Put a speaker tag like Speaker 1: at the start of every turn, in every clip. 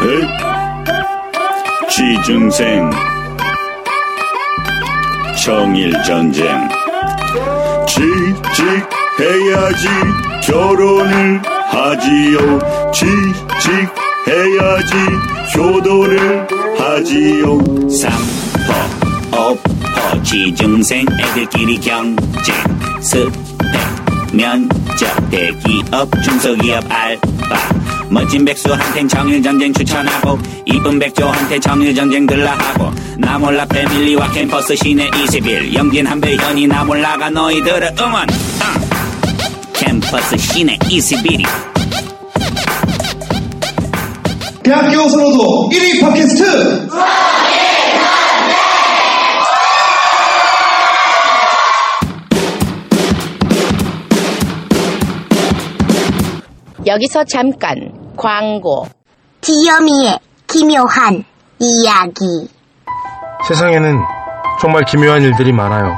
Speaker 1: 네. 취중생 청일전쟁 취직해야지 결혼을 하지요 취직해야지 효도를 하지요
Speaker 2: 삼포 오포 지중생 애들끼리 경쟁 스펙 면접 대기업 중소기업 알바 멋진 백수한텐 정일전쟁 추천하고 이쁜 백조한테 정일전쟁 들라하고 나몰라 패밀리와 캠퍼스 시내 21 영진 한배 현이 나몰라가 너희들을 응원 땅. 캠퍼스 시내 21이
Speaker 3: 대학교 선호도 1위 팟캐스트
Speaker 4: 여기서 잠깐 광고.
Speaker 5: 디어미의 기묘한 이야기.
Speaker 6: 세상에는 정말 기묘한 일들이 많아요.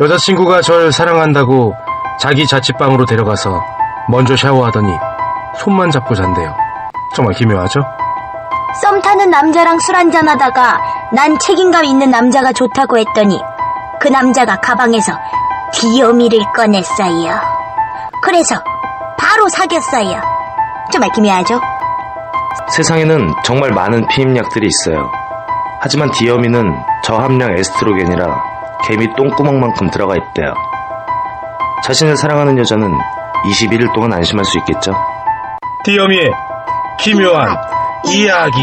Speaker 6: 여자친구가 절 사랑한다고 자기 자취방으로 데려가서 먼저 샤워하더니 손만 잡고 잔대요. 정말 기묘하죠?
Speaker 5: 썸 타는 남자랑 술 한잔하다가 난 책임감 있는 남자가 좋다고 했더니 그 남자가 가방에서 디어미를 꺼냈어요. 그래서 바로 사귀었어요. 정말 기묘하죠?
Speaker 7: 세상에는 정말 많은 피임약들이 있어요. 하지만 디어미는 저함량 에스트로겐이라 개미 똥구멍만큼 들어가 있대요. 자신을 사랑하는 여자는 21일 동안 안심할 수 있겠죠?
Speaker 6: 디어미의 기묘한 이야기.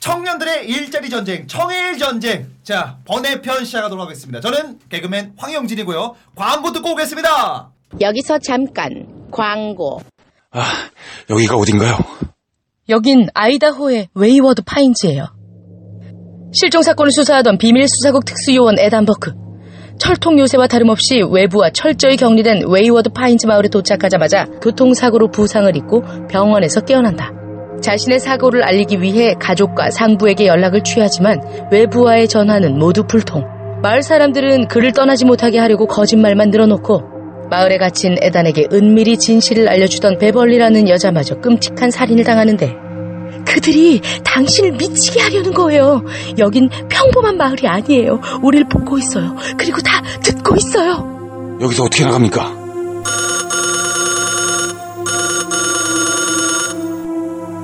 Speaker 3: 청년들의 일자리 전쟁 청일 전쟁 자 번외편 시작하도록 하겠습니다 저는 개그맨 황영진이고요 광고 듣고 오겠습니다
Speaker 4: 여기서 잠깐 광고.
Speaker 8: 여기가 어딘가요?
Speaker 9: 여긴 아이다호의 웨이워드 파인즈예요. 실종 사건을 수사하던 비밀 수사국 특수요원 에단버크. 철통 요새와 다름없이 외부와 철저히 격리된 웨이워드 파인즈 마을에 도착하자마자 교통사고로 부상을 입고 병원에서 깨어난다. 자신의 사고를 알리기 위해 가족과 상부에게 연락을 취하지만 외부와의 전화는 모두 불통. 마을 사람들은 그를 떠나지 못하게 하려고 거짓말만 늘어놓고 마을에 갇힌 에단에게 은밀히 진실을 알려주던 베벌리라는 여자마저 끔찍한 살인을 당하는데 그들이 당신을 미치게 하려는 거예요. 여긴 평범한 마을이 아니에요. 우리를 보고 있어요. 그리고 다 듣고 있어요.
Speaker 8: 여기서 어떻게 나갑니까?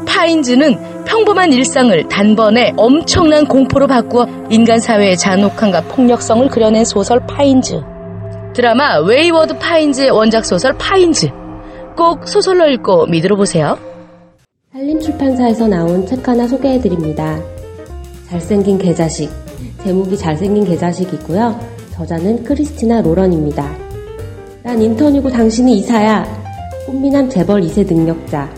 Speaker 9: 파인즈는 평범한 일상을 단번에 엄청난 공포로 바꾸어 인간 사회의 잔혹함과 폭력성을 그려낸 소설 파인즈. 드라마 웨이워드 파인즈의 원작 소설 파인즈. 꼭 소설로 읽고 믿으러 보세요.
Speaker 10: 한림출판사에서 나온 책 하나 소개해드립니다. 잘생긴 개자식. 제목이 잘생긴 개자식이고요. 저자는 크리스티나 로런입니다. 난 인턴이고 당신이 이사야. 꽃미남 재벌 2세 능력자.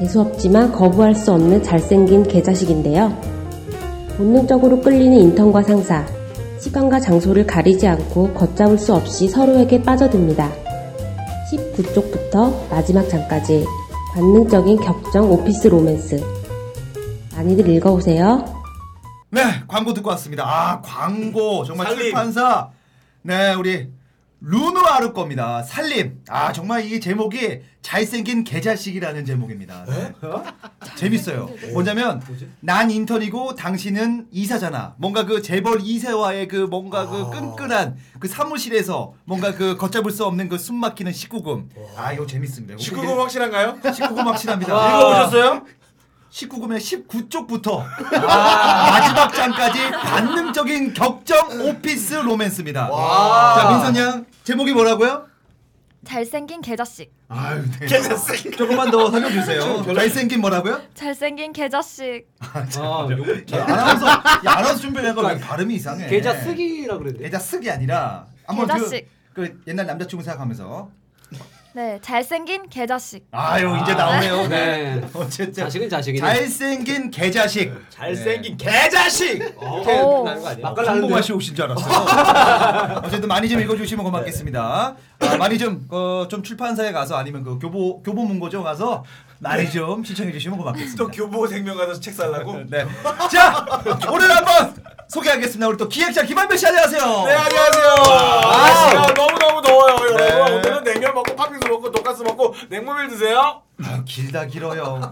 Speaker 10: 재수 없지만 거부할 수 없는 잘생긴 개자식인데요. 본능적으로 끌리는 인턴과 상사. 시간과 장소를 가리지 않고 걷잡을 수 없이 서로에게 빠져듭니다. 19쪽부터 마지막 장까지 관능적인 격정 오피스 로맨스. 많이들 읽어보세요.
Speaker 3: 네 광고 듣고 왔습니다 아 광고 정말 출판사 네 우리 루누아르 겁니다 살림 아 정말 이 제목이 잘생긴 개자식이라는 제목입니다 네. 재밌어요 뭐냐면 난 인턴이고 당신은 이사잖아 뭔가 그 재벌 이세와의 그 뭔가 그 끈끈한 그 사무실에서 뭔가 그 걷잡을 수 없는 그 숨막히는 19금 아 이거 재밌습니다
Speaker 11: 19금 확실한가요?
Speaker 3: 19금 확실합니다
Speaker 11: 읽어보셨어요?
Speaker 3: 19금의 19쪽부터 마지막 장까지 관능적인 격정 오피스 로맨스입니다. 자 민선 양 제목이 뭐라고요?
Speaker 12: 잘생긴 개자식.
Speaker 3: 아유 개자식 조금만 더 살려주세요. 잘생긴 뭐라고요?
Speaker 12: 잘생긴 개자식.
Speaker 11: 아,
Speaker 3: 야, 아나운서 야, 아나운서 준비한 거왜 발음이 이상해?
Speaker 11: 계좌 쓰기라 그랬는데.
Speaker 3: 계좌 쓰기 아니라 한번 그,
Speaker 12: 계좌씩.
Speaker 3: 그 옛날 남자친구 생각하면서
Speaker 12: 네, 잘생긴 개자식.
Speaker 3: 아유 이제 나오네요.
Speaker 11: 네.
Speaker 3: 어쨌든
Speaker 11: 자식은 자식이네.
Speaker 3: 잘생긴 개자식
Speaker 11: 잘생긴
Speaker 6: 네.
Speaker 11: 개자식. 이렇게
Speaker 12: 오.
Speaker 11: 나는 어. 네, 거 아니야?
Speaker 3: 막갈하시 어, 오신 줄 알았어요. 어쨌든 많이 좀 읽어주시면 고맙겠습니다.
Speaker 11: 네.
Speaker 3: 아, 많이 좀, 어, 좀 출판사에 가서 아니면 그 교보, 교보문고죠 가서 많이 좀 시청해주시면
Speaker 11: 네.
Speaker 3: 고맙겠습니다.
Speaker 11: 또 교보 생명 가서 책 살라고?
Speaker 3: 네. 자, 오늘 한번 소개하겠습니다. 우리 또 기획자 김한배 씨 안녕하세요. 아,
Speaker 11: 네 안녕하세요. 날씨가 너무 너무 더워요 여러분.
Speaker 3: 네.
Speaker 11: 오늘은 냉면 먹고 팥빙수 먹고 돈가스 먹고 냉모밀 드세요.
Speaker 3: 아유, 길다 길어요.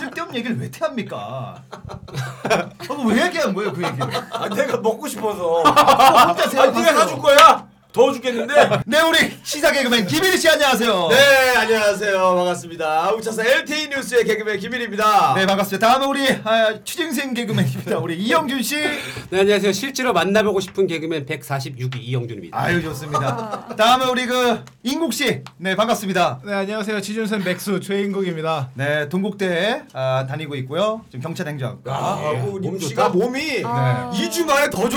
Speaker 3: 쓸데없는 얘기를 왜 태합니까? 아, 뭐왜 얘기한 거예요 그 얘기를?
Speaker 8: 아, 내가 먹고 싶어서.
Speaker 3: 혼자
Speaker 8: 아, 네가
Speaker 3: 생각하세요.
Speaker 8: 사줄 거야? 더워 죽겠는데?
Speaker 3: 네 우리 시사 개그맨 김일희 씨 안녕하세요.
Speaker 8: 네, 안녕하세요. 반갑습니다. 우차사 LTE 뉴스의 개그맨 김일입니다.
Speaker 3: 네 반갑습니다. 다음은 우리 아, 취준생 개그맨입니다. 우리 이영준 씨.
Speaker 13: 네, 안녕하세요. 실제로 만나보고 싶은 개그맨 146위 이영준입니다.
Speaker 3: 아유 좋습니다. 다음은 우리 그 인국 씨. 네 반갑습니다. 네 안녕하세요 지준선 맥수 최인국입니다. 네 동국대 아, 다니고 있고요. 지금 경찰 행정.
Speaker 8: 아,
Speaker 3: 예.
Speaker 8: 아, 몸 씨가 몸이
Speaker 3: 아.
Speaker 8: 2주 만에 더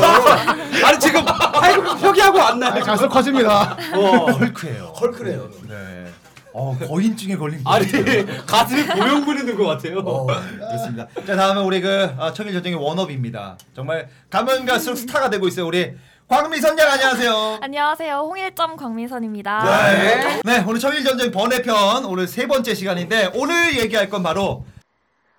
Speaker 8: 좋아졌어요. 아니 지금 아이고 표기하고 안 나요.
Speaker 3: 가서 커집니다.
Speaker 8: 어.
Speaker 3: 네, 헐크예요.
Speaker 8: 헐크래요.
Speaker 3: 네. 어 거인증에 걸린.
Speaker 8: 아니,
Speaker 3: 가슴이 고용 부리는 것 같아요. 그렇습니다. 자 다음은 우리 그 아, 청일 전쟁의 원업입니다. 정말 가면 갈수록 스타가 되고 있어요. 우리 광미선 양 안녕하세요.
Speaker 1: 안녕하세요. 홍일점 광민선입니다.
Speaker 3: 네. 네, 오늘 청일전쟁 번외편 오늘 세 번째 시간인데 오늘 얘기할 건 바로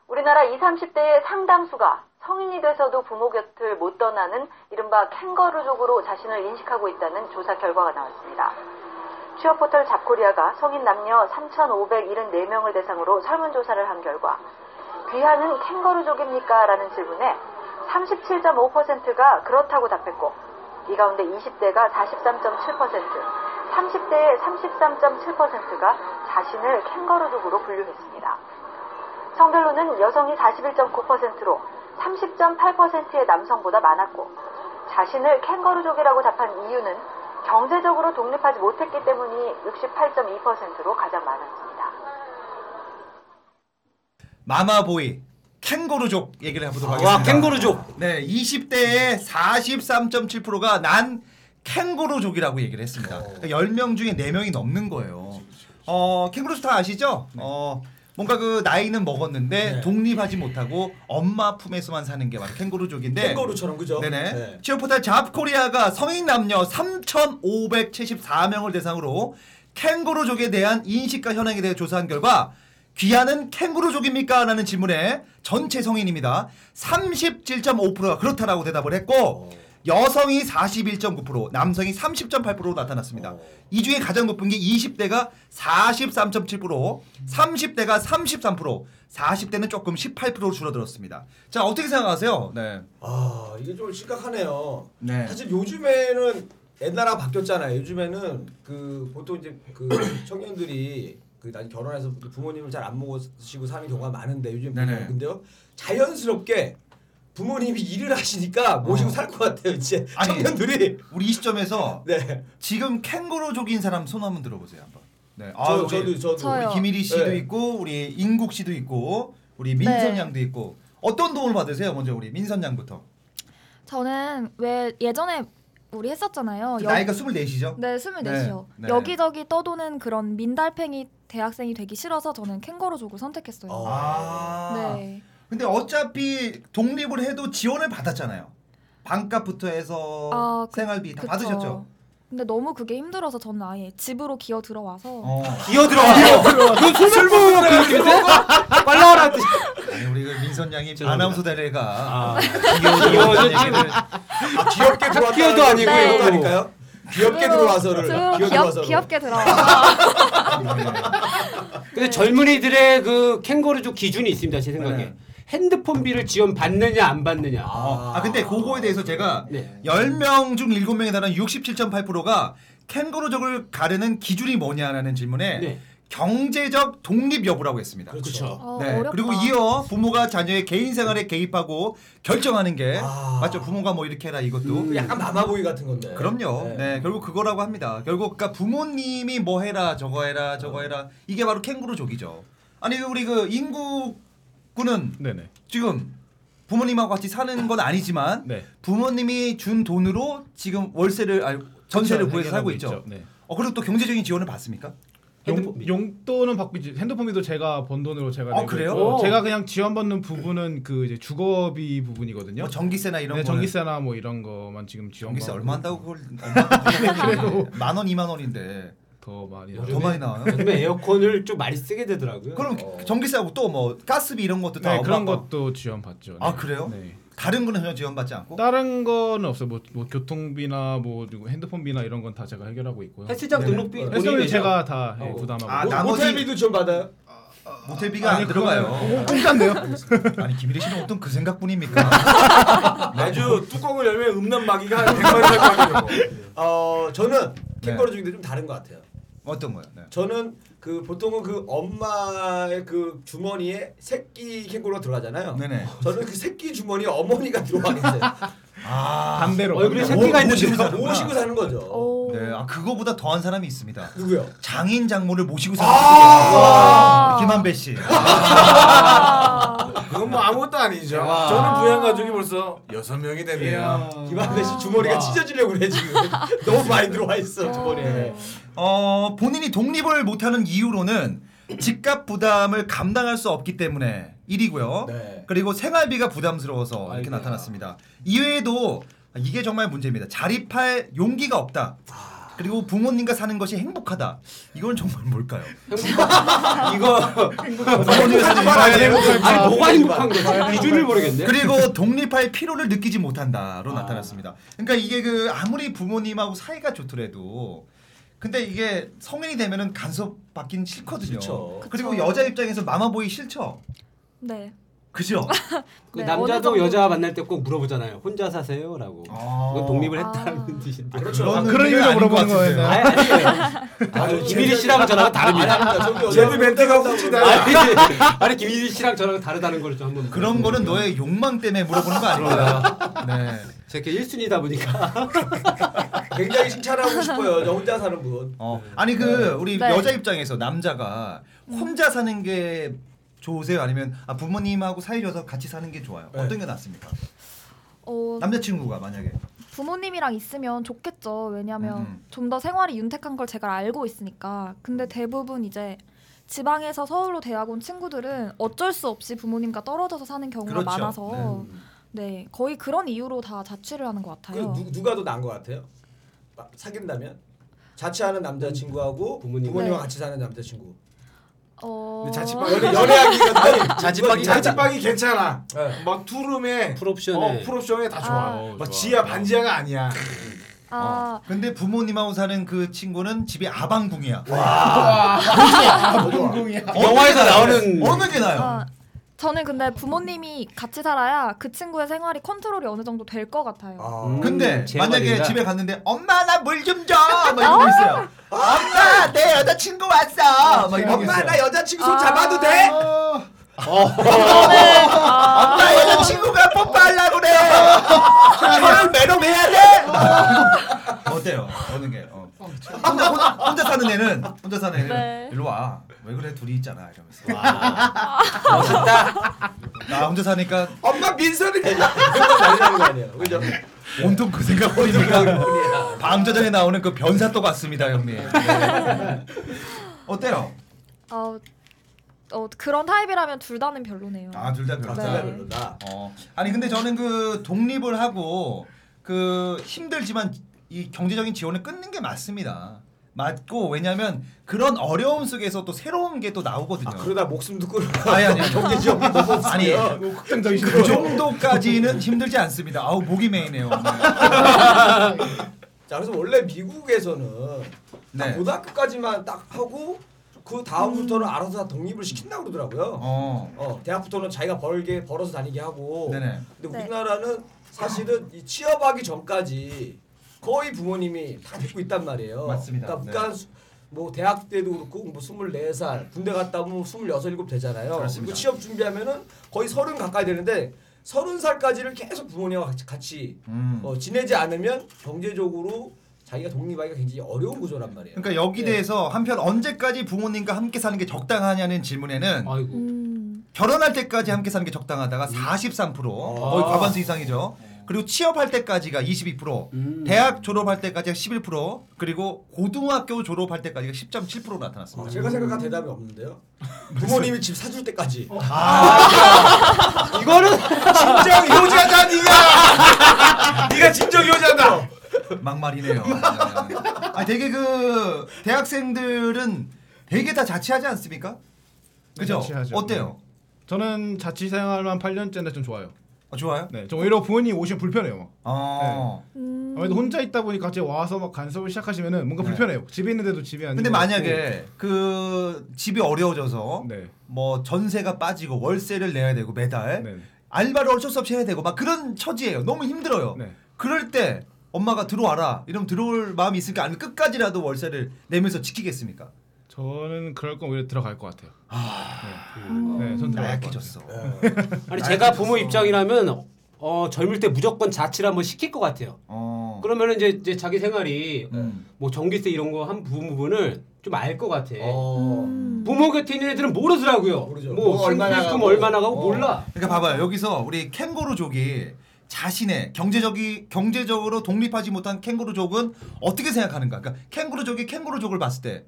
Speaker 5: 우리나라 20, 30대의 상당수가 성인이 돼서도 부모 곁을 못 떠나는 이른바 캥거루족으로 자신을 인식하고 있다는 조사 결과가 나왔습니다. 취업 포털 잡코리아가 성인 남녀 3,574명을 대상으로 설문조사를 한 결과 귀하는 캥거루족입니까? 라는 질문에 37.5%가 그렇다고 답했고 이 가운데 20대가 43.7%, 30대의 33.7%가 자신을 캥거루족으로 분류했습니다. 성별로는 여성이 41.9%로 30.8%의 남성보다 많았고 자신을 캥거루족이라고 답한 이유는 경제적으로 독립하지 못했기 때문이 68.2%로 가장 많았습니다.
Speaker 3: 마마보이 캥거루족 얘기를 해보도록
Speaker 13: 와,
Speaker 3: 하겠습니다.
Speaker 13: 캥거루족.
Speaker 3: 네, 20대의 43.7%가 난 캥거루족이라고 얘기를 했습니다. 그러니까 10명 중에 4명이 넘는 거예요. 어, 캥거루족 다 아시죠? 어, 뭔가 그 나이는 먹었는데 독립하지 못하고 엄마 품에서만 사는 게 바로 캥거루족인데
Speaker 8: 캥거루처럼, 그죠?
Speaker 3: 네네.
Speaker 8: 네.
Speaker 3: 취업 포털 잡코리아가 성인 남녀 3,574명을 대상으로 캥거루족에 대한 인식과 현황에 대해 조사한 결과 귀하는 캥거루족입니까? 라는 질문에 전체 성인입니다. 37.5%가 그렇다라고 대답을 했고 여성이 41.9%, 남성이 30.8%로 나타났습니다. 이 중에 가장 높은 게 20대가 43.7%, 30대가 33%, 40대는 조금 18%로 줄어들었습니다. 자, 어떻게 생각하세요? 네.
Speaker 8: 아 이게 좀 심각하네요.
Speaker 3: 네.
Speaker 8: 사실 요즘에는 옛날하고 바뀌었잖아요. 요즘에는 그 보통 이제 그 청년들이 그 나중 결혼해서 부모님을 잘 안 모시고 사는 경우가 많은데 요즘 보면 근데요 자연스럽게 부모님이 일을 하시니까 모시고 살 것 어. 같아요. 이제 청년들이
Speaker 3: 우리 이 시점에서
Speaker 8: 네.
Speaker 3: 지금 캥거루족인 사람 손 한번 들어보세요 한번. 네.
Speaker 8: 저-
Speaker 3: 우리-
Speaker 8: 저도- 저도. 저요.
Speaker 3: 우리 김일희 씨도
Speaker 8: 네.
Speaker 3: 있고 우리 인국 씨도 있고 우리 민선
Speaker 1: 네.
Speaker 3: 양도 있고 어떤 도움을 받으세요? 먼저 우리 민선 양부터.
Speaker 1: 어, 저는 왜 예전에 우리 했었잖아요. 여-
Speaker 3: 나이가 24시죠?
Speaker 1: 네, 24시요.
Speaker 3: 네, 네.
Speaker 1: 여기저기 떠도는 그런 민달팽이 대학생이 되기 싫어서 저는 캥거루족을 선택했어요.
Speaker 3: 아.
Speaker 1: 네.
Speaker 3: 근데 어차피 독립을 해도 지원을 받았잖아요. 방값부터 해서
Speaker 1: 아, 그-
Speaker 3: 생활비 다
Speaker 1: 그쵸.
Speaker 3: 받으셨죠?
Speaker 1: 근데 너무 그게 힘들어서 저는 아예 집으로 기어 들어와서
Speaker 3: 기어
Speaker 8: 들어와서. 아, 그건 술 먹고 그런
Speaker 3: 느낌인데?
Speaker 8: 빨라라.
Speaker 3: 아니 우리 그 민선 양이 아나운서 대례가
Speaker 8: 귀여워서
Speaker 3: 기어들 얘기를
Speaker 8: 아, 네. 귀엽게 들어왔다.
Speaker 3: 학교도 아니고요.
Speaker 8: 아닐까요? 귀엽게 들어와서를
Speaker 1: 집으로
Speaker 8: 귀엽게
Speaker 1: 귀엽,
Speaker 8: 들어와서를.
Speaker 1: 귀엽게 들어와서
Speaker 13: 근데
Speaker 8: 네.
Speaker 13: 젊은이들의 그 캥거루족 기준이 있습니다. 제 생각에.
Speaker 8: 네.
Speaker 13: 핸드폰비를 지원 받느냐 안 받느냐.
Speaker 3: 아, 근데 그거에 대해서 제가 10명 중 7명에 달한 67.8%가 캥거루족을 가르는 기준이 뭐냐라는 질문에 경제적 독립 여부라고 했습니다.
Speaker 13: 그렇죠.
Speaker 1: 어,
Speaker 3: 네.
Speaker 1: 어렵다.
Speaker 3: 그리고 이어 부모가 자녀의 개인 생활에 개입하고 결정하는 게 맞죠. 부모가 뭐 이렇게 해라 이것도
Speaker 8: 약간 마마보이 같은 건데.
Speaker 3: 그럼요. 네. 결국 그거라고 합니다. 결국 그러니까 부모님이 뭐 해라 저거 해라 저거 해라 이게 바로 캥거루족이죠. 아니 그 우리 그 인구 군은 지금 부모님하고 같이 사는 건 아니지만 부모님이 준 돈으로 지금 월세를 아니, 전세를
Speaker 6: 그쵸,
Speaker 3: 구해서 살고
Speaker 6: 해결하고
Speaker 3: 있죠.
Speaker 6: 있죠. 네.
Speaker 3: 어 그리고 또 경제적인 지원을 받습니까?
Speaker 6: 용, 용돈은 받고 이제 핸드폰비도
Speaker 11: 아,
Speaker 6: 제가 번 돈으로 제가
Speaker 3: 어,
Speaker 6: 내고
Speaker 3: 그래요?
Speaker 6: 있고
Speaker 3: 오.
Speaker 6: 제가 아, 그냥 지원받는 부분은 그 이제 주거비 부분이거든요.
Speaker 3: 전기세나 이런
Speaker 6: 네,
Speaker 3: 거는-
Speaker 6: 전기세나 뭐 이런 거만 지금 지원.
Speaker 3: 전기세 얼마 한다고 그걸
Speaker 6: 그래도
Speaker 3: 만 원, 이만 원인데
Speaker 6: 더 많이
Speaker 3: 더 많이 나와요.
Speaker 13: 요즘에 에어컨을 좀 많이 쓰게 되더라고요.
Speaker 3: 그럼 전기세하고 또 뭐 가스비 이런 것도 다
Speaker 6: 네,
Speaker 3: 엄마
Speaker 6: 그런
Speaker 3: 아빠-
Speaker 6: 것도 지원 받죠.
Speaker 3: 아 그래요? 다른 거는 전혀 지원받지 않고
Speaker 6: 다른 거는 없어요. 뭐, 뭐 교통비나 뭐 그리고 핸드폰비나 이런 건 다 제가 해결하고 있고요.
Speaker 13: 어, 헬스장
Speaker 6: 네.
Speaker 13: 등록비 본인이
Speaker 6: 헬스장비
Speaker 13: 내죠?
Speaker 6: 제가 다 예, 부담하고.
Speaker 8: 모텔비도 좀 받아요?
Speaker 3: 모텔비가
Speaker 11: 아니,
Speaker 3: 안
Speaker 11: 그거는
Speaker 3: 들어가요.
Speaker 11: 똑같네요.
Speaker 3: 아니 김일희 씨는 어떤 그 생각뿐입니까?
Speaker 8: 아주 뚜껑을 열면 음란 마귀가 한 100마리 살것 같아요. 어, 저는
Speaker 6: 네.
Speaker 8: 캥거루 중인데 좀 다른 것 같아요.
Speaker 3: 어떤 거요? 네.
Speaker 8: 저는 그 보통은 그 엄마의 그 주머니에 새끼 캥거루가 들어가잖아요.
Speaker 3: 네네.
Speaker 8: 저는 그 새끼 주머니에 어머니가 들어가 있어요.
Speaker 3: 아
Speaker 8: 반대로.
Speaker 11: 어,
Speaker 13: 어,
Speaker 8: 얼굴에 새끼가 있는 집에서
Speaker 11: 아.
Speaker 8: 모시고 사는
Speaker 1: 어.
Speaker 3: 거죠. 네, 아 그거보다 더한 사람이 있습니다.
Speaker 8: 누구요?
Speaker 3: 장인 장모를 모시고 사는 아~ 김한배 씨.
Speaker 11: 그건 뭐 아무것도 아니죠.
Speaker 8: 와.
Speaker 11: 저는 부양 가족이 벌써 여섯 명이 됩니다.
Speaker 8: 김한배 씨 주머니가 찢어지려고 그래 지금. 너무 많이 들어와 있어
Speaker 1: 아, 네.
Speaker 8: 주머니에.
Speaker 3: 어 본인이 독립을 못하는 이유로는 집값 부담을 감당할 수 없기 때문에 1이고요. 그리고 생활비가 부담스러워서 이렇게 나타났습니다. 이외에도 이게 정말 문제입니다. 자립할 용기가 없다. 그리고 부모님과 사는 것이 행복하다. 이건 정말 뭘까요?
Speaker 13: 이거
Speaker 3: 부모님과 사는 거
Speaker 13: 아니,
Speaker 3: 행복할까?
Speaker 13: 아니, 뭐가 행복한 거지? 기준을 모르겠네.
Speaker 3: 그리고 독립할 필요를 느끼지 못한다로 나타났습니다. 그러니까 이게 그 아무리 부모님하고 사이가 좋더라도 근데 이게 성인이 되면은 간섭 받긴 싫거든요.
Speaker 13: 그쵸.
Speaker 3: 그리고
Speaker 13: 그쵸.
Speaker 3: 여자 입장에서 마마보이 싫죠.
Speaker 1: 네.
Speaker 3: 그죠?
Speaker 13: 그
Speaker 1: 네, 어느
Speaker 13: 남자도
Speaker 1: 정도-
Speaker 13: 여자 만날 때 꼭 물어보잖아요. 혼자 사세요라고. 그건 독립을 했다는 뜻인데.
Speaker 11: 그렇죠. 아, 그런 의미로 물어보는
Speaker 3: 네.
Speaker 11: 거예요.
Speaker 13: 아니 아니. 아니 김일희 씨랑 저랑
Speaker 8: 아,
Speaker 13: 다릅니다. 아니, 아니 김일희 씨랑 저랑 다르다는 걸 좀 한번.
Speaker 8: 네.
Speaker 3: 그런 거는 너의 욕망 때문에 물어보는 거
Speaker 11: 그렇죠.
Speaker 3: 아닌가? 네.
Speaker 13: 제가 1순위다 보니까
Speaker 8: 굉장히 칭찬하고 싶어요. 저 혼자 사는 분.
Speaker 3: 어. 아니 그 우리
Speaker 8: 네.
Speaker 3: 여자 입장에서 남자가 혼자 사는 게 좋으세요? 아니면 아, 부모님하고 사이좋아서 같이 사는 게 좋아요?
Speaker 11: 네.
Speaker 3: 어떤 게 낫습니까?
Speaker 1: 어,
Speaker 3: 남자친구가 만약에
Speaker 1: 부모님이랑 있으면 좋겠죠. 왜냐면
Speaker 3: 음.
Speaker 1: 좀 더 생활이 윤택한 걸 제가 알고 있으니까. 근데 대부분 이제 지방에서 서울로 대학 온 친구들은 어쩔 수 없이 부모님과 떨어져서 사는 경우가
Speaker 8: 그렇죠.
Speaker 1: 많아서 네. 거의 그런 이유로 다 자취를 하는 것
Speaker 8: 그
Speaker 1: 같아요.
Speaker 8: 누, 누가 더 나은 것 같아요? 마- 사귄다면 자취하는 남자친구하고
Speaker 13: 음,
Speaker 8: 부모님. 과
Speaker 1: 네.
Speaker 8: 같이 사는 남자친구.
Speaker 1: 어...
Speaker 11: 자취방 연애 연애하기가 아니,
Speaker 8: 자취방이
Speaker 11: 자취방이 괜찮아. 막 투룸에
Speaker 13: 풀옵션에
Speaker 11: 어, 풀옵션에 다 좋아.
Speaker 1: 아.
Speaker 11: 막 지하 반지하가 아니야.
Speaker 1: 아,
Speaker 3: 근데 부모님하고 사는 그 친구는 집이 아방궁이야.
Speaker 11: 와.
Speaker 3: 아방궁이야.
Speaker 13: 영화에서 나오는-
Speaker 3: 어느 게 나요?
Speaker 1: 아, 저는 근데 부모님이 같이 살아야 그 친구의 생활이 컨트롤이 어느 정도 될 것 같아요.
Speaker 3: 근데
Speaker 13: 음, 제
Speaker 3: 만약에
Speaker 13: 말이다.
Speaker 3: 집에 갔는데 엄마 나 물 좀 줘. 막 이런 거 있어요. 엄마 내 여자친구
Speaker 13: 아,
Speaker 3: 왔어. 막 이런 게
Speaker 8: 엄마
Speaker 3: 있어요.
Speaker 8: 나 여자친구 손 잡아도 어. 돼?
Speaker 3: 아.
Speaker 1: 아.
Speaker 3: 엄마 여자친구가 뽀뽀하려고 그래. 저랑 매롱해야 돼. 어때요? 어느 게? 어. 혼자, 혼자, 혼자 사는 애는 혼자 사는 애는
Speaker 1: 네.
Speaker 3: 일로 와. 왜 그래 둘이 있잖아 이러면서. 멋있다. 나 혼자 사니까
Speaker 8: 엄마 민선이 그런 거 많이 하는 거 아니에요. 그죠?
Speaker 3: 온통 그 생각뿐이니까 방조장에 나오는 그 변사 또 같습니다 형님. 네. 어때요?
Speaker 1: 어, 어, 그런 타입이라면 둘 다는 별로네요.
Speaker 3: 아 둘 다
Speaker 1: 네.
Speaker 3: 변사.
Speaker 1: 둘
Speaker 3: 어. 아니 근데 저는 그 독립을 하고 그 힘들지만 이 경제적인 지원을 끊는 게 맞습니다. 맞고 왜냐면 그런 어려움 속에서 또 새로운 게 또 나오거든요.
Speaker 8: 아, 그러다 목숨도 끊어.
Speaker 3: 아니 아니
Speaker 8: 경제 지원이 너무 없으면
Speaker 3: 아니
Speaker 8: 너무 뭐 극단적이신
Speaker 3: 그
Speaker 8: 거예요.
Speaker 3: 정도까지는 힘들지 않습니다. 아우 목이 메이네요.
Speaker 8: 자 그래서 원래 미국에서는 다
Speaker 3: 네.
Speaker 8: 고등학교까지만 딱 하고 그 다음부터는 알아서 다 독립을 시킨다고 그러더라고요.
Speaker 3: 어.
Speaker 8: 대학부터는 자기가 벌게 벌어서 다니게 하고.
Speaker 3: 네네.
Speaker 8: 근데 우리나라는 사실은 이 취업하기 전까지 거의 부모님이 다 데리고 있단 말이에요.
Speaker 3: 맞습니다. 네.
Speaker 8: 그러니까 그러니까 수- 뭐 대학 때도 그렇고 뭐 24살 군대 갔다 오면 26, 7 되잖아요.
Speaker 3: 그렇습니다.
Speaker 8: 그리고 취업 준비하면은 거의 서른 가까이 되는데 서른 살까지를 계속 부모님과 같이, 같이
Speaker 3: 음.
Speaker 8: 어, 지내지 않으면 경제적으로 자기가 독립하기가 굉장히 어려운 구조란 말이에요.
Speaker 3: 그러니까 여기 대해서 한편 언제까지 부모님과 함께 사는 게 적당하냐는 질문에는
Speaker 8: 아.
Speaker 3: 결혼할 때까지 함께 사는 게 적당하다가
Speaker 8: 음.
Speaker 3: 43%
Speaker 8: 아.
Speaker 3: 거의 과반수 이상이죠.
Speaker 8: 네.
Speaker 3: 그리고 취업할 때까지가 22%,
Speaker 8: 음.
Speaker 3: 대학 졸업할 때까지가 11%, 그리고 고등학교 졸업할 때까지가 10.7% 나타났습니다. 음.
Speaker 8: 아, 제가 생각한 대답이 없는데요. 부모님이 집 사줄 때까지.
Speaker 3: 어.
Speaker 13: 이거는
Speaker 8: 진정 효자다 네가. 네가 진정 효자다.
Speaker 3: 막말이네요. 아 되게 그 대학생들은 되게 다 자취하지 않습니까? 그죠?
Speaker 6: 자취하죠. 네.
Speaker 3: 어때요?
Speaker 6: 저는 자취 생활만 8년째인데 좀 좋아요.
Speaker 3: 어, 좋아요?
Speaker 6: 네, 저 오히려 부모님 오시면 불편해요. 막.
Speaker 3: 아.
Speaker 6: 네. 아무래도 혼자 있다 보니 갑자기 와서 막 간섭을 시작하시면은 뭔가
Speaker 3: 네.
Speaker 6: 불편해요. 집에 있는데도 집에 안.
Speaker 3: 근데
Speaker 6: 있는 것
Speaker 3: 만약에 그 집이 어려워져서
Speaker 6: 네.
Speaker 3: 뭐 전세가 빠지고 월세를 내야 되고 매달
Speaker 6: 네.
Speaker 3: 알바를 어쩔 수 없이 해야 되고 막 그런 처지예요. 너무 힘들어요.
Speaker 6: 네.
Speaker 3: 그럴 때 엄마가 들어와라 이러면 들어올 마음이 있을까 아니면 끝까지라도 월세를 내면서 지키겠습니까?
Speaker 6: 같고. 저는 그럴 건 오히려 들어갈 것 같아요. 네, 네,
Speaker 3: 음.
Speaker 11: 아,
Speaker 6: 전 들어갈 것
Speaker 3: 나약해졌어.
Speaker 13: 아니 제가 부모 입장이라면 어, 젊을 때 무조건 자취를 한번 시킬 것 같아요.
Speaker 3: 어.
Speaker 13: 그러면 이제, 이제 자기 생활이
Speaker 3: 음.
Speaker 13: 뭐 전기세 이런 거 한 부분을 좀 알 것 같아.
Speaker 1: 음.
Speaker 13: 부모 곁에 있는 애들은 모르더라고요. 뭐
Speaker 3: 어, 뭐가 얼마나
Speaker 13: 신분금
Speaker 3: 가고.
Speaker 13: 얼마나 가고
Speaker 3: 어.
Speaker 13: 몰라.
Speaker 3: 그러니까 봐봐요. 여기서 우리 캥거루족이 자신의 경제적이 경제적으로 독립하지 못한 캥거루족은 어떻게 생각하는가? 그러니까 캥거루족이 캥거루족을 봤을 때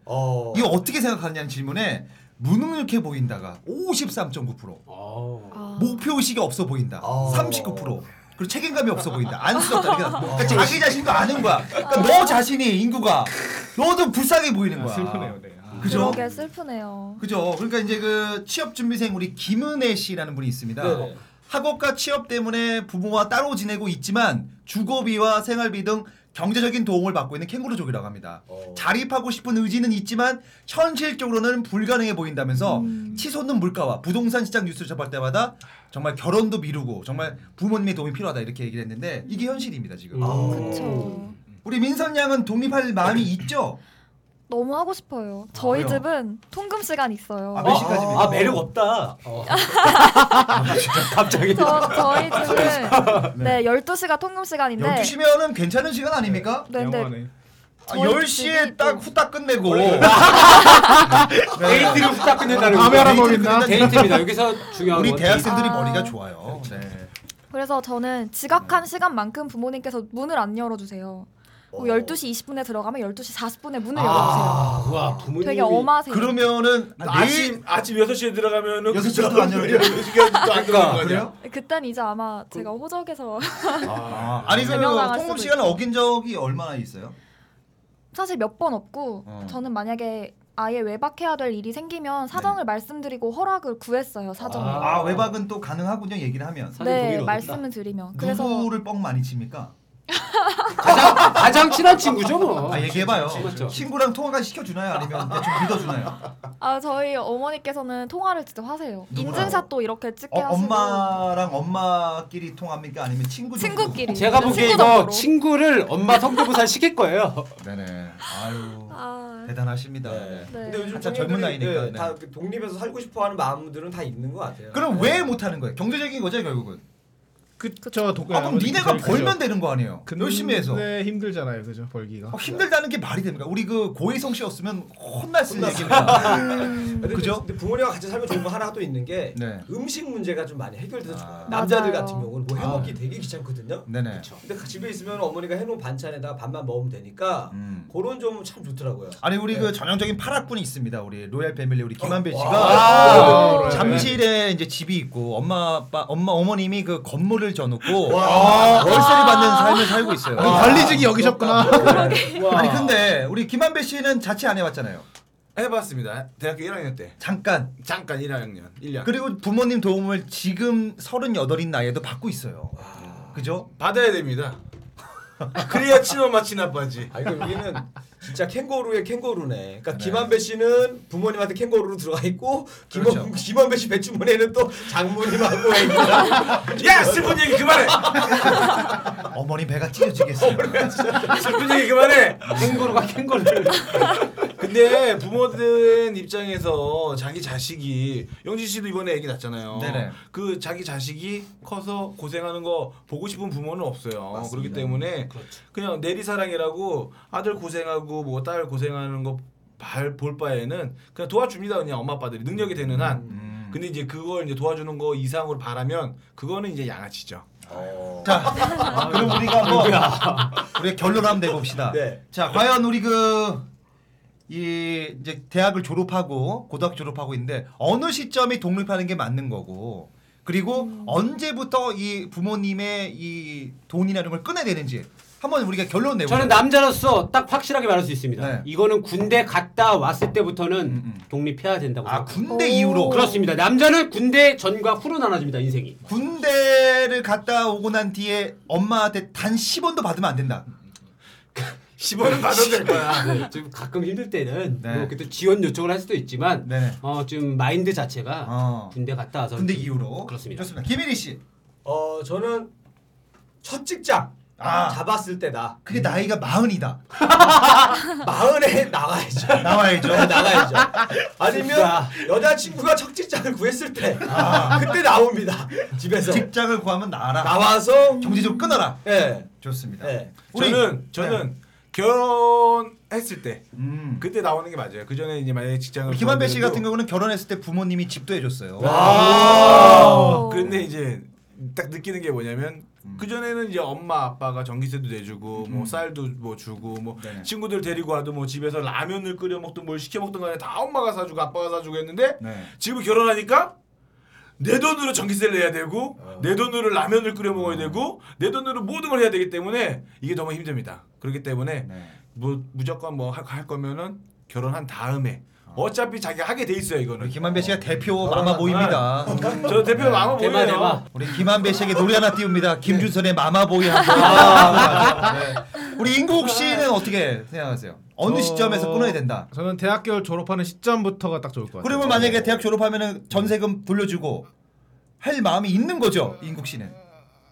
Speaker 3: 이거 어떻게 생각하느냐는 질문에 무능력해 보인다가 53.9%
Speaker 1: 아.
Speaker 3: 목표 의식이 없어 보인다 39% 그리고 책임감이 없어 보인다 안쓰럽다 그러니까, 그러니까 자기 자신도 아는 거야 그러니까 너 자신이 인구가 너도 불쌍해 보이는 거야 아, 슬프네요 그죠?
Speaker 1: 그러게 슬프네요.
Speaker 3: 그죠. 그러니까 이제 그 취업 준비생 우리 김은혜 씨라는 분이 있습니다.
Speaker 1: 네.
Speaker 3: 학업과 취업 때문에 부모와 따로 지내고 있지만 주거비와 생활비 등 경제적인 도움을 받고 있는 캥거루족이라고 합니다. 자립하고 싶은 의지는 있지만 현실적으로는 불가능해 보인다면서 치솟는 물가와 부동산 시장 뉴스를 접할 때마다 정말 결혼도 미루고 정말 부모님의 도움이 필요하다 이렇게 얘기를 했는데 이게 현실입니다 지금.
Speaker 8: 음.
Speaker 1: 그쵸.
Speaker 3: 우리 민선 양은 독립할 마음이 있죠?
Speaker 1: 너무 하고 싶어요. 저희
Speaker 3: 아, 왜요?
Speaker 1: 집은 통금 시간 있어요.
Speaker 3: 아, 몇 시까지입니까? 어.
Speaker 13: 아 매력 없다. 갑자기.
Speaker 1: 저, 저희
Speaker 3: 아,
Speaker 1: 집은 네 12시가 통금 시간인데
Speaker 3: 12시면은 괜찮은 시간 아닙니까?
Speaker 1: 네, 네.
Speaker 3: 영화네. 아, 10시에 딱 후딱 끝내고
Speaker 13: 데이트를 후딱 끝낸다는 거. 아, 데이트입니다. 여기서 중요한
Speaker 3: 우리
Speaker 13: 건
Speaker 3: 대학생들이
Speaker 1: 데이트.
Speaker 3: 머리가 좋아요. 네.
Speaker 1: 그래서 저는 지각한 시간만큼 부모님께서 문을 안 열어주세요. 그리고 12시 20분에 들어가면 12시 40분에 문을 열어주세요.
Speaker 13: 와 부모님.
Speaker 1: 되게 엄하세요.
Speaker 3: 아, 그러면은
Speaker 11: 아침 아침 6시에 들어가면은
Speaker 3: 네. 6시부터 안 열려요.
Speaker 11: 그러니까
Speaker 3: 그래요?
Speaker 1: 그땐 이제 아마 제가 호적에서
Speaker 3: 아,
Speaker 13: 네.
Speaker 3: 아니 그
Speaker 1: 제명당할
Speaker 3: 통금
Speaker 1: 수도
Speaker 3: 시간을
Speaker 1: 있고.
Speaker 3: 어긴 적이 얼마나 있어요?
Speaker 1: 사실 몇 번 없고
Speaker 3: 어.
Speaker 1: 저는 만약에 아예 외박해야 될 일이 생기면 사정을 말씀드리고 허락을 구했어요 사정을.
Speaker 3: 네. 아, 외박은 또 가능하군요. 얘기를 하면.
Speaker 1: 네 말씀을 드리면 그래서
Speaker 3: 누구를 뻥 많이 칩니까?
Speaker 13: 가장 가장 친한 친구죠 뭐.
Speaker 3: 아, 얘기해봐요.
Speaker 13: 맞죠.
Speaker 3: 친구랑 통화까지 시켜주나요? 아니면 대충 믿어주나요?
Speaker 1: 아 저희 어머니께서는 통화를 직접 하세요.
Speaker 3: 누구랑?
Speaker 1: 인증샷도 이렇게 찍게
Speaker 3: 어,
Speaker 1: 하시고
Speaker 3: 엄마랑 엄마끼리 통합니까? 아니면 친구 정도?
Speaker 1: 친구끼리.
Speaker 13: 제가 보기에 이거 친구를 엄마 성대모사 시킬 거예요.
Speaker 3: 네네. 아유
Speaker 1: 아,
Speaker 3: 대단하십니다.
Speaker 8: 근데 요즘
Speaker 3: 아, 한참 젊은
Speaker 8: 청년들이,
Speaker 3: 나이니까.
Speaker 8: 네,
Speaker 3: 네.
Speaker 8: 다그 독립해서 살고 싶어하는 마음들은 다 있는 것 같아요.
Speaker 3: 그럼 왜 못하는 거예요? 경제적인 거죠 결국은.
Speaker 6: 그쵸. 독,
Speaker 3: 아 그럼
Speaker 6: 아무래도
Speaker 3: 니네가
Speaker 6: 그죠.
Speaker 3: 벌면 되는 거 아니에요?
Speaker 6: 근데 네.
Speaker 3: 열심히 해서.
Speaker 6: 힘들잖아요, 그죠? 벌기가.
Speaker 3: 어, 힘들다는 게 말이 됩니까? 우리 그 고혜성 씨였으면 혼났을 얘기입니다.
Speaker 8: 근데
Speaker 3: 그죠?
Speaker 8: 근데 부모님과 같이 살면 좋은 거 하나 또 있는 게
Speaker 3: 네.
Speaker 8: 음식 문제가 좀 많이 해결돼서 좋아요. 남자들
Speaker 3: 맞아요.
Speaker 8: 같은 경우는 뭐 해먹기 되게 귀찮거든요.
Speaker 3: 네네.
Speaker 8: 근데 그 집에 있으면 어머니가 해놓은 반찬에다가 밥만 먹으면 되니까
Speaker 11: 음.
Speaker 8: 그런 점은 참 좋더라고요.
Speaker 3: 아니
Speaker 6: 네.
Speaker 3: 우리 그 전형적인 파락군이 있습니다. 우리 로얄 패밀리 우리
Speaker 6: 어,
Speaker 3: 김한배
Speaker 6: 아, 네,
Speaker 8: 와.
Speaker 3: 씨가
Speaker 8: 와.
Speaker 3: 잠실에 이제 집이 있고 엄마 아빠 엄마 어머님이 그 건물을 져놓고 아,
Speaker 6: 와.
Speaker 3: 월세를 받는 삶을 살고 있어요.
Speaker 6: 아니, 관리직이 여기셨구나. 네.
Speaker 3: 아니 근데 우리 김한배 씨는 자취 안 해봤잖아요.
Speaker 11: 해봤습니다. 대학교 1학년 때.
Speaker 3: 잠깐.
Speaker 11: 잠깐 1학년. 1년.
Speaker 3: 그리고 부모님 도움을 지금 38인 나이에도 받고 있어요.
Speaker 11: 아.
Speaker 3: 그죠?
Speaker 11: 받아야 됩니다. 그래야 치마 마치 나빠지.
Speaker 8: 아 이거 여기는 진짜 캥거루의 캥거루네. 그러니까 김한배 씨는 부모님한테 캥거루로 들어가 있고 김한
Speaker 11: 그렇죠.
Speaker 8: 김한배 씨 배추문에는 또 장모님하고 애기가
Speaker 11: 야 슬픈 얘기 그만해.
Speaker 3: 어머니 배가 찢어지겠어요.
Speaker 11: 슬픈 얘기 그만해. 캥거루가 캥거루. 근데 부모들 입장에서 자기 자식이 영진 씨도 이번에 애기 낳았잖아요.
Speaker 3: 네네.
Speaker 11: 그 자기 자식이 커서 고생하는 거 보고 싶은 부모는 없어요.
Speaker 3: 맞습니다. 그렇죠.
Speaker 11: 그렇기 때문에 그냥 내리사랑이라고 아들 고생하고 뭐 딸 고생하는 거볼 바에는 그냥 도와줍니다. 그냥 엄마 아빠들이 능력이 되는
Speaker 3: 음,
Speaker 11: 한. 근데 이제 그걸 이제 도와주는 거 이상으로 바라면 그거는 이제 양아치죠.
Speaker 3: 자, 아, 그럼 우리가 한번 우리 결론 한번 내봅시다.
Speaker 13: 네.
Speaker 3: 자, 과연 우리 그. 이 이제 대학을 졸업하고 고등학교 졸업하고 있는데 어느 시점이 독립하는 게 맞는 거고 그리고 언제부터 이 부모님의 이 돈이나 이런 걸 끊어야 되는지 한번 우리가 결론 내보자.
Speaker 13: 저는 남자로서 딱 확실하게 말할 수 있습니다. 이거는 군대 갔다 왔을 때부터는 독립해야 된다고 생각합니다.
Speaker 3: 아, 군대 이후로?
Speaker 13: 그렇습니다. 남자는 군대 전과 후로 나눠집니다. 인생이.
Speaker 3: 군대를 갔다 오고 난 뒤에 엄마한테 단 10원도 받으면 안 된다.
Speaker 13: 10원은 받아도 될 거야. 네, 좀 가끔 힘들 때는 뭐 그때 지원 요청을 할 수도 있지만 어, 좀 마인드 자체가 군대 갔다 와서
Speaker 3: 군대 이후로
Speaker 13: 그렇습니다.
Speaker 3: 좋습니다. 김일희 씨.
Speaker 8: 어 저는 첫 직장
Speaker 13: 아.
Speaker 8: 잡았을 때다.
Speaker 13: 음.
Speaker 3: 그게 나이가 마흔이다.
Speaker 8: 마흔에 나와야죠.
Speaker 3: 나와야죠.
Speaker 8: 네, 나가야죠. 아니면 여자친구가 첫 직장을 구했을 때 그때 나옵니다. 집에서
Speaker 3: 직장을 구하면 나와라.
Speaker 8: 나와서
Speaker 3: 경제적으로 끊어라.
Speaker 8: 예. 네.
Speaker 3: 좋습니다. 네.
Speaker 11: 우리- 저는 저는 결혼했을 때
Speaker 8: 음.
Speaker 11: 그때 나오는 게 맞아요. 그 전에 이제 만약에 직장을
Speaker 3: 음. 김한배 씨
Speaker 11: 그만두고
Speaker 3: 같은 경우는 결혼했을 때 부모님이 집도 해줬어요.
Speaker 11: 와. 근데 이제 딱 느끼는 게 뭐냐면 그 전에는 이제 엄마 아빠가 전기세도 내주고 뭐 쌀도 뭐 주고 뭐 친구들 데리고 와도 뭐 집에서 라면을 끓여 먹든 뭘 시켜 먹든 간에 다 엄마가 사주고 아빠가 사주고 했는데 지금 결혼하니까 내 돈으로 전기세를 내야 되고 내 돈으로 라면을 끓여 먹어야 되고 내 돈으로 모든 걸 해야 되기 때문에 이게 너무 힘듭니다. 그렇기 때문에
Speaker 3: 네.
Speaker 11: 뭐 무조건 뭐 할 거면은 결혼한 다음에 어차피 자기 가 하게 돼 있어요 이거는.
Speaker 3: 김한배 씨가 대표
Speaker 8: 아,
Speaker 3: 마마 모입니다.
Speaker 11: 저 대표 마마
Speaker 3: 네.
Speaker 11: 모임이에요. 대마.
Speaker 3: 우리 김한배 씨에게 노래 하나 띄웁니다. 김준선의 마마보이 한 번. 네. 우리 인국 씨는 어떻게 생각하세요? 어느 시점에서 끊어야 된다?
Speaker 6: 저는 대학교 졸업하는 시점부터가 딱 좋을 것 같아요.
Speaker 3: 그러면 만약에 대학 졸업하면 전세금 돌려주고 할 마음이 있는 거죠, 인국 씨는?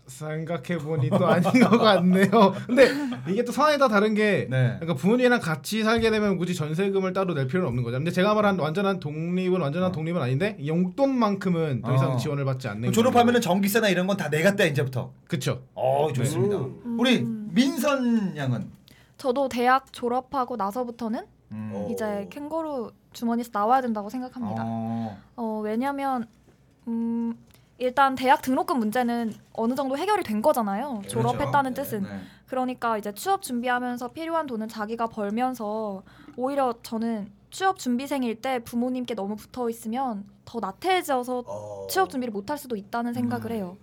Speaker 6: 생각해 보니 또 아닌 것 같네요. 근데 이게 또 상황에 따라 다른 게
Speaker 3: 네.
Speaker 6: 그러니까 부모님이랑 같이 살게 되면 굳이 전세금을 따로 낼 필요는 없는 거죠. 근데 제가 말한 완전한 독립은 완전한 독립은 아닌데 용돈만큼은 더 이상
Speaker 3: 어.
Speaker 6: 지원을 받지 않는
Speaker 8: 네.
Speaker 3: 그럼 졸업하면은 전기세나 이런 건 다 내갔다 이제부터.
Speaker 6: 그렇죠.
Speaker 8: 음.
Speaker 3: 어 좋습니다.
Speaker 1: 음.
Speaker 3: 우리 민선 양은
Speaker 1: 저도 대학 졸업하고 나서부터는
Speaker 3: 음.
Speaker 1: 이제 캥거루 주머니에서 나와야 된다고 생각합니다.
Speaker 3: 어.
Speaker 1: 어, 왜냐면 음, 일단 대학 등록금 문제는 어느 정도 해결이 된 거잖아요.
Speaker 3: 그렇죠.
Speaker 1: 졸업했다는
Speaker 3: 네,
Speaker 1: 뜻은. 그러니까 이제 취업 준비하면서 필요한 돈은 자기가 벌면서 오히려 저는 취업 준비생일 때 부모님께 너무 붙어 있으면 더 나태해져서
Speaker 3: 어.
Speaker 8: 어,
Speaker 1: 취업 준비를 못 할 수도 있다는
Speaker 3: 음.
Speaker 1: 생각을 해요.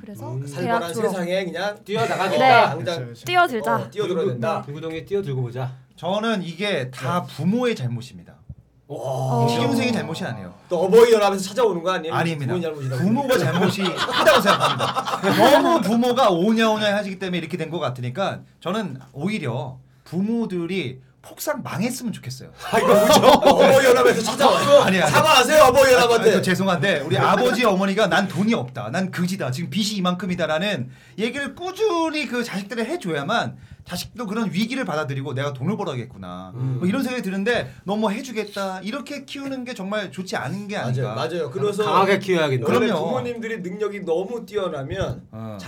Speaker 1: 그래서
Speaker 8: 살벌한
Speaker 1: 대학 졸업.
Speaker 8: 세상에 그냥
Speaker 1: 네.
Speaker 8: 뛰어나가겠다. 당장
Speaker 1: 뛰어들자.
Speaker 8: 어, 뛰어들어야 된다.
Speaker 13: 구구동에 뛰어들고 보자.
Speaker 3: 저는 이게 다
Speaker 8: 네.
Speaker 3: 부모의 잘못입니다.
Speaker 1: 어.
Speaker 3: 지경생의 잘못이 아니에요.
Speaker 8: 어, 또 어버이 연합에서 찾아오는 거 아니에요?
Speaker 3: 아닙니다.
Speaker 8: 네, 부모님 그러니까. 잘못이다.
Speaker 3: 부모가 잘못이 크다고 생각합니다. 너무 부모가 오냐오냐 하시기 때문에 이렇게 된 것 같으니까 저는 오히려 부모들이 폭삭 망했으면 좋겠어요. 아
Speaker 8: 이거 뭐죠? 어버이 연합에서 찾아와요. 사과하세요, 어버이 연합한테.
Speaker 3: 아, 그 죄송한데 우리 아버지 어머니가 난 돈이 없다, 난 그지다, 지금 빚이 이만큼이다라는 얘기를 꾸준히 그 자식들에 해줘야만 자식도 그런 위기를 받아들이고 내가 돈을 벌어야겠구나 뭐 이런 생각이 드는데 너 뭐 해주겠다 이렇게 키우는 게 정말 좋지 않은 게 아닌가.
Speaker 8: 맞아요. 그래서 원래
Speaker 3: 그러니까. 그럼요.
Speaker 8: 부모님들이 능력이 너무 뛰어나면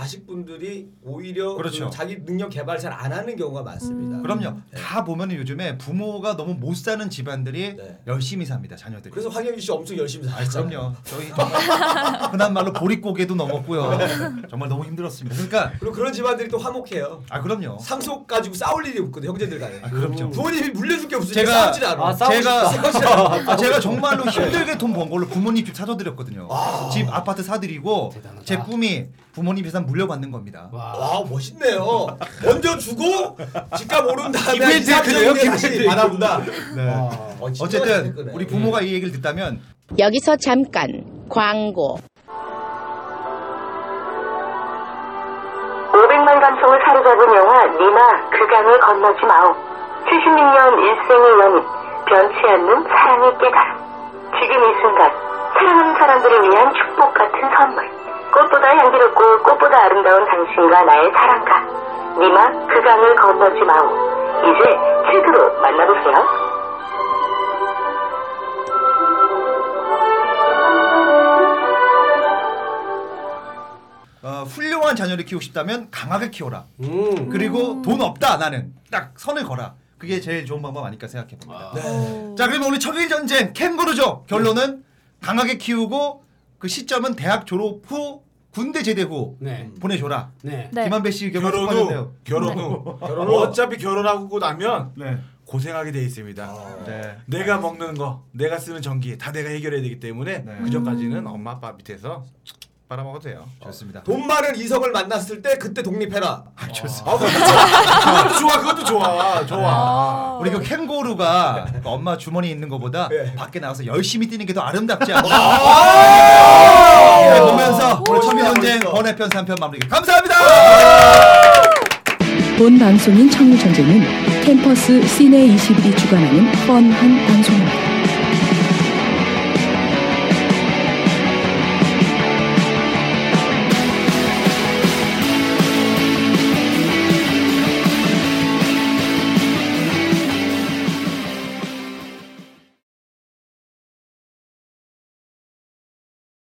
Speaker 8: 자식분들이 오히려 그
Speaker 3: 그렇죠.
Speaker 8: 자기 능력 개발 잘 안 하는 경우가 많습니다.
Speaker 3: 그럼요. 다 보면 은 요즘에 부모가 너무 못 사는 집안들이 열심히 삽니다. 자녀들이.
Speaker 8: 네. 그래서 황영기 씨 엄청 열심히
Speaker 3: 아,
Speaker 8: 살았잖아요.
Speaker 3: 그럼요. 저희 정말 흔한 말로 보릿고개도 넘었고요. 정말 너무 힘들었습니다. 그러니까
Speaker 8: 그리고 그런 집안들이 또 화목해요.
Speaker 3: 아 그럼요.
Speaker 8: 상속 가지고 싸울 일이 없거든 형제들 간에.
Speaker 3: 아, 그럼요.
Speaker 8: 부모님이 물려줄 게 없으니까
Speaker 3: 음. 제가
Speaker 8: 싸우질 않아.
Speaker 3: 제가
Speaker 8: 싸우질 않아. 네.
Speaker 3: 아, 제가 정말로 힘들게 돈 번 걸로 부모님 집 사줘드렸거든요. 집 아파트 사드리고 제 꿈이 부모님 재산 물려받는 겁니다.
Speaker 8: 와 멋있네요. 먼저 주고 집값 오른 다음에
Speaker 3: 이벤트 그래요? 이벤트.
Speaker 8: 받아본다.
Speaker 3: 네. 어쨌든 우리 부모가
Speaker 8: 음.
Speaker 3: 이 얘기를 듣다면
Speaker 4: 여기서 잠깐 광고.
Speaker 14: 500만 감성을 사로잡은 영화 니나 그강을 건너지 마오 76년 일생의 연인 변치 않는 사랑의 깨달음 지금 이 순간 사랑하는 사람들을 위한 축복 같은 선물 꽃보다 향기롭고 꽃보다 아름다운 당신과 나의 사랑가 니마 그강을 건너지 마오 이제 책으로 만나보세요
Speaker 3: 어, 훌륭한 자녀를 키우고 싶다면 강하게 키워라.
Speaker 8: 음.
Speaker 3: 그리고 돈 없다 나는 딱 선을 걸어. 그게 제일 좋은 방법 아닐까 생각해 봅니다. 네. 자, 그러면 오늘 청일 전쟁 캥거루죠. 결론은 강하게 키우고 그 시점은 대학 졸업 후 군대 제대 후 보내줘라.
Speaker 13: 네.
Speaker 3: 김한배 씨 의견
Speaker 11: 결혼 후
Speaker 3: 똑같은데요.
Speaker 11: 결혼 후
Speaker 3: 네.
Speaker 11: 결혼 후 어차피 결혼하고 나면 고생하게 돼 있습니다.
Speaker 8: 아.
Speaker 3: 네.
Speaker 11: 내가
Speaker 3: 네.
Speaker 11: 먹는 거, 내가 쓰는 전기 다 내가 해결해야 되기 때문에 그전까지는 엄마 아빠 밑에서
Speaker 3: 빨아먹어도 돼요. 좋습니다.
Speaker 8: 돈 많은 이성을 만났을 때 그때 독립해라.
Speaker 3: 아,
Speaker 8: 좋습니다. 그것도 좋아. 그것도 좋아. 좋아.
Speaker 3: 우리 그 캥거루가 그 엄마 주머니에 있는 것보다 밖에 나가서 열심히 뛰는 게 더 네. 아름답지 않나. 네, 보면서 오늘 청년전쟁 번외편 3편 마무리. 감사합니다.
Speaker 10: 본 방송인 청류전쟁은 캠퍼스 시내 21이 주관하는 뻔한 방송입니다.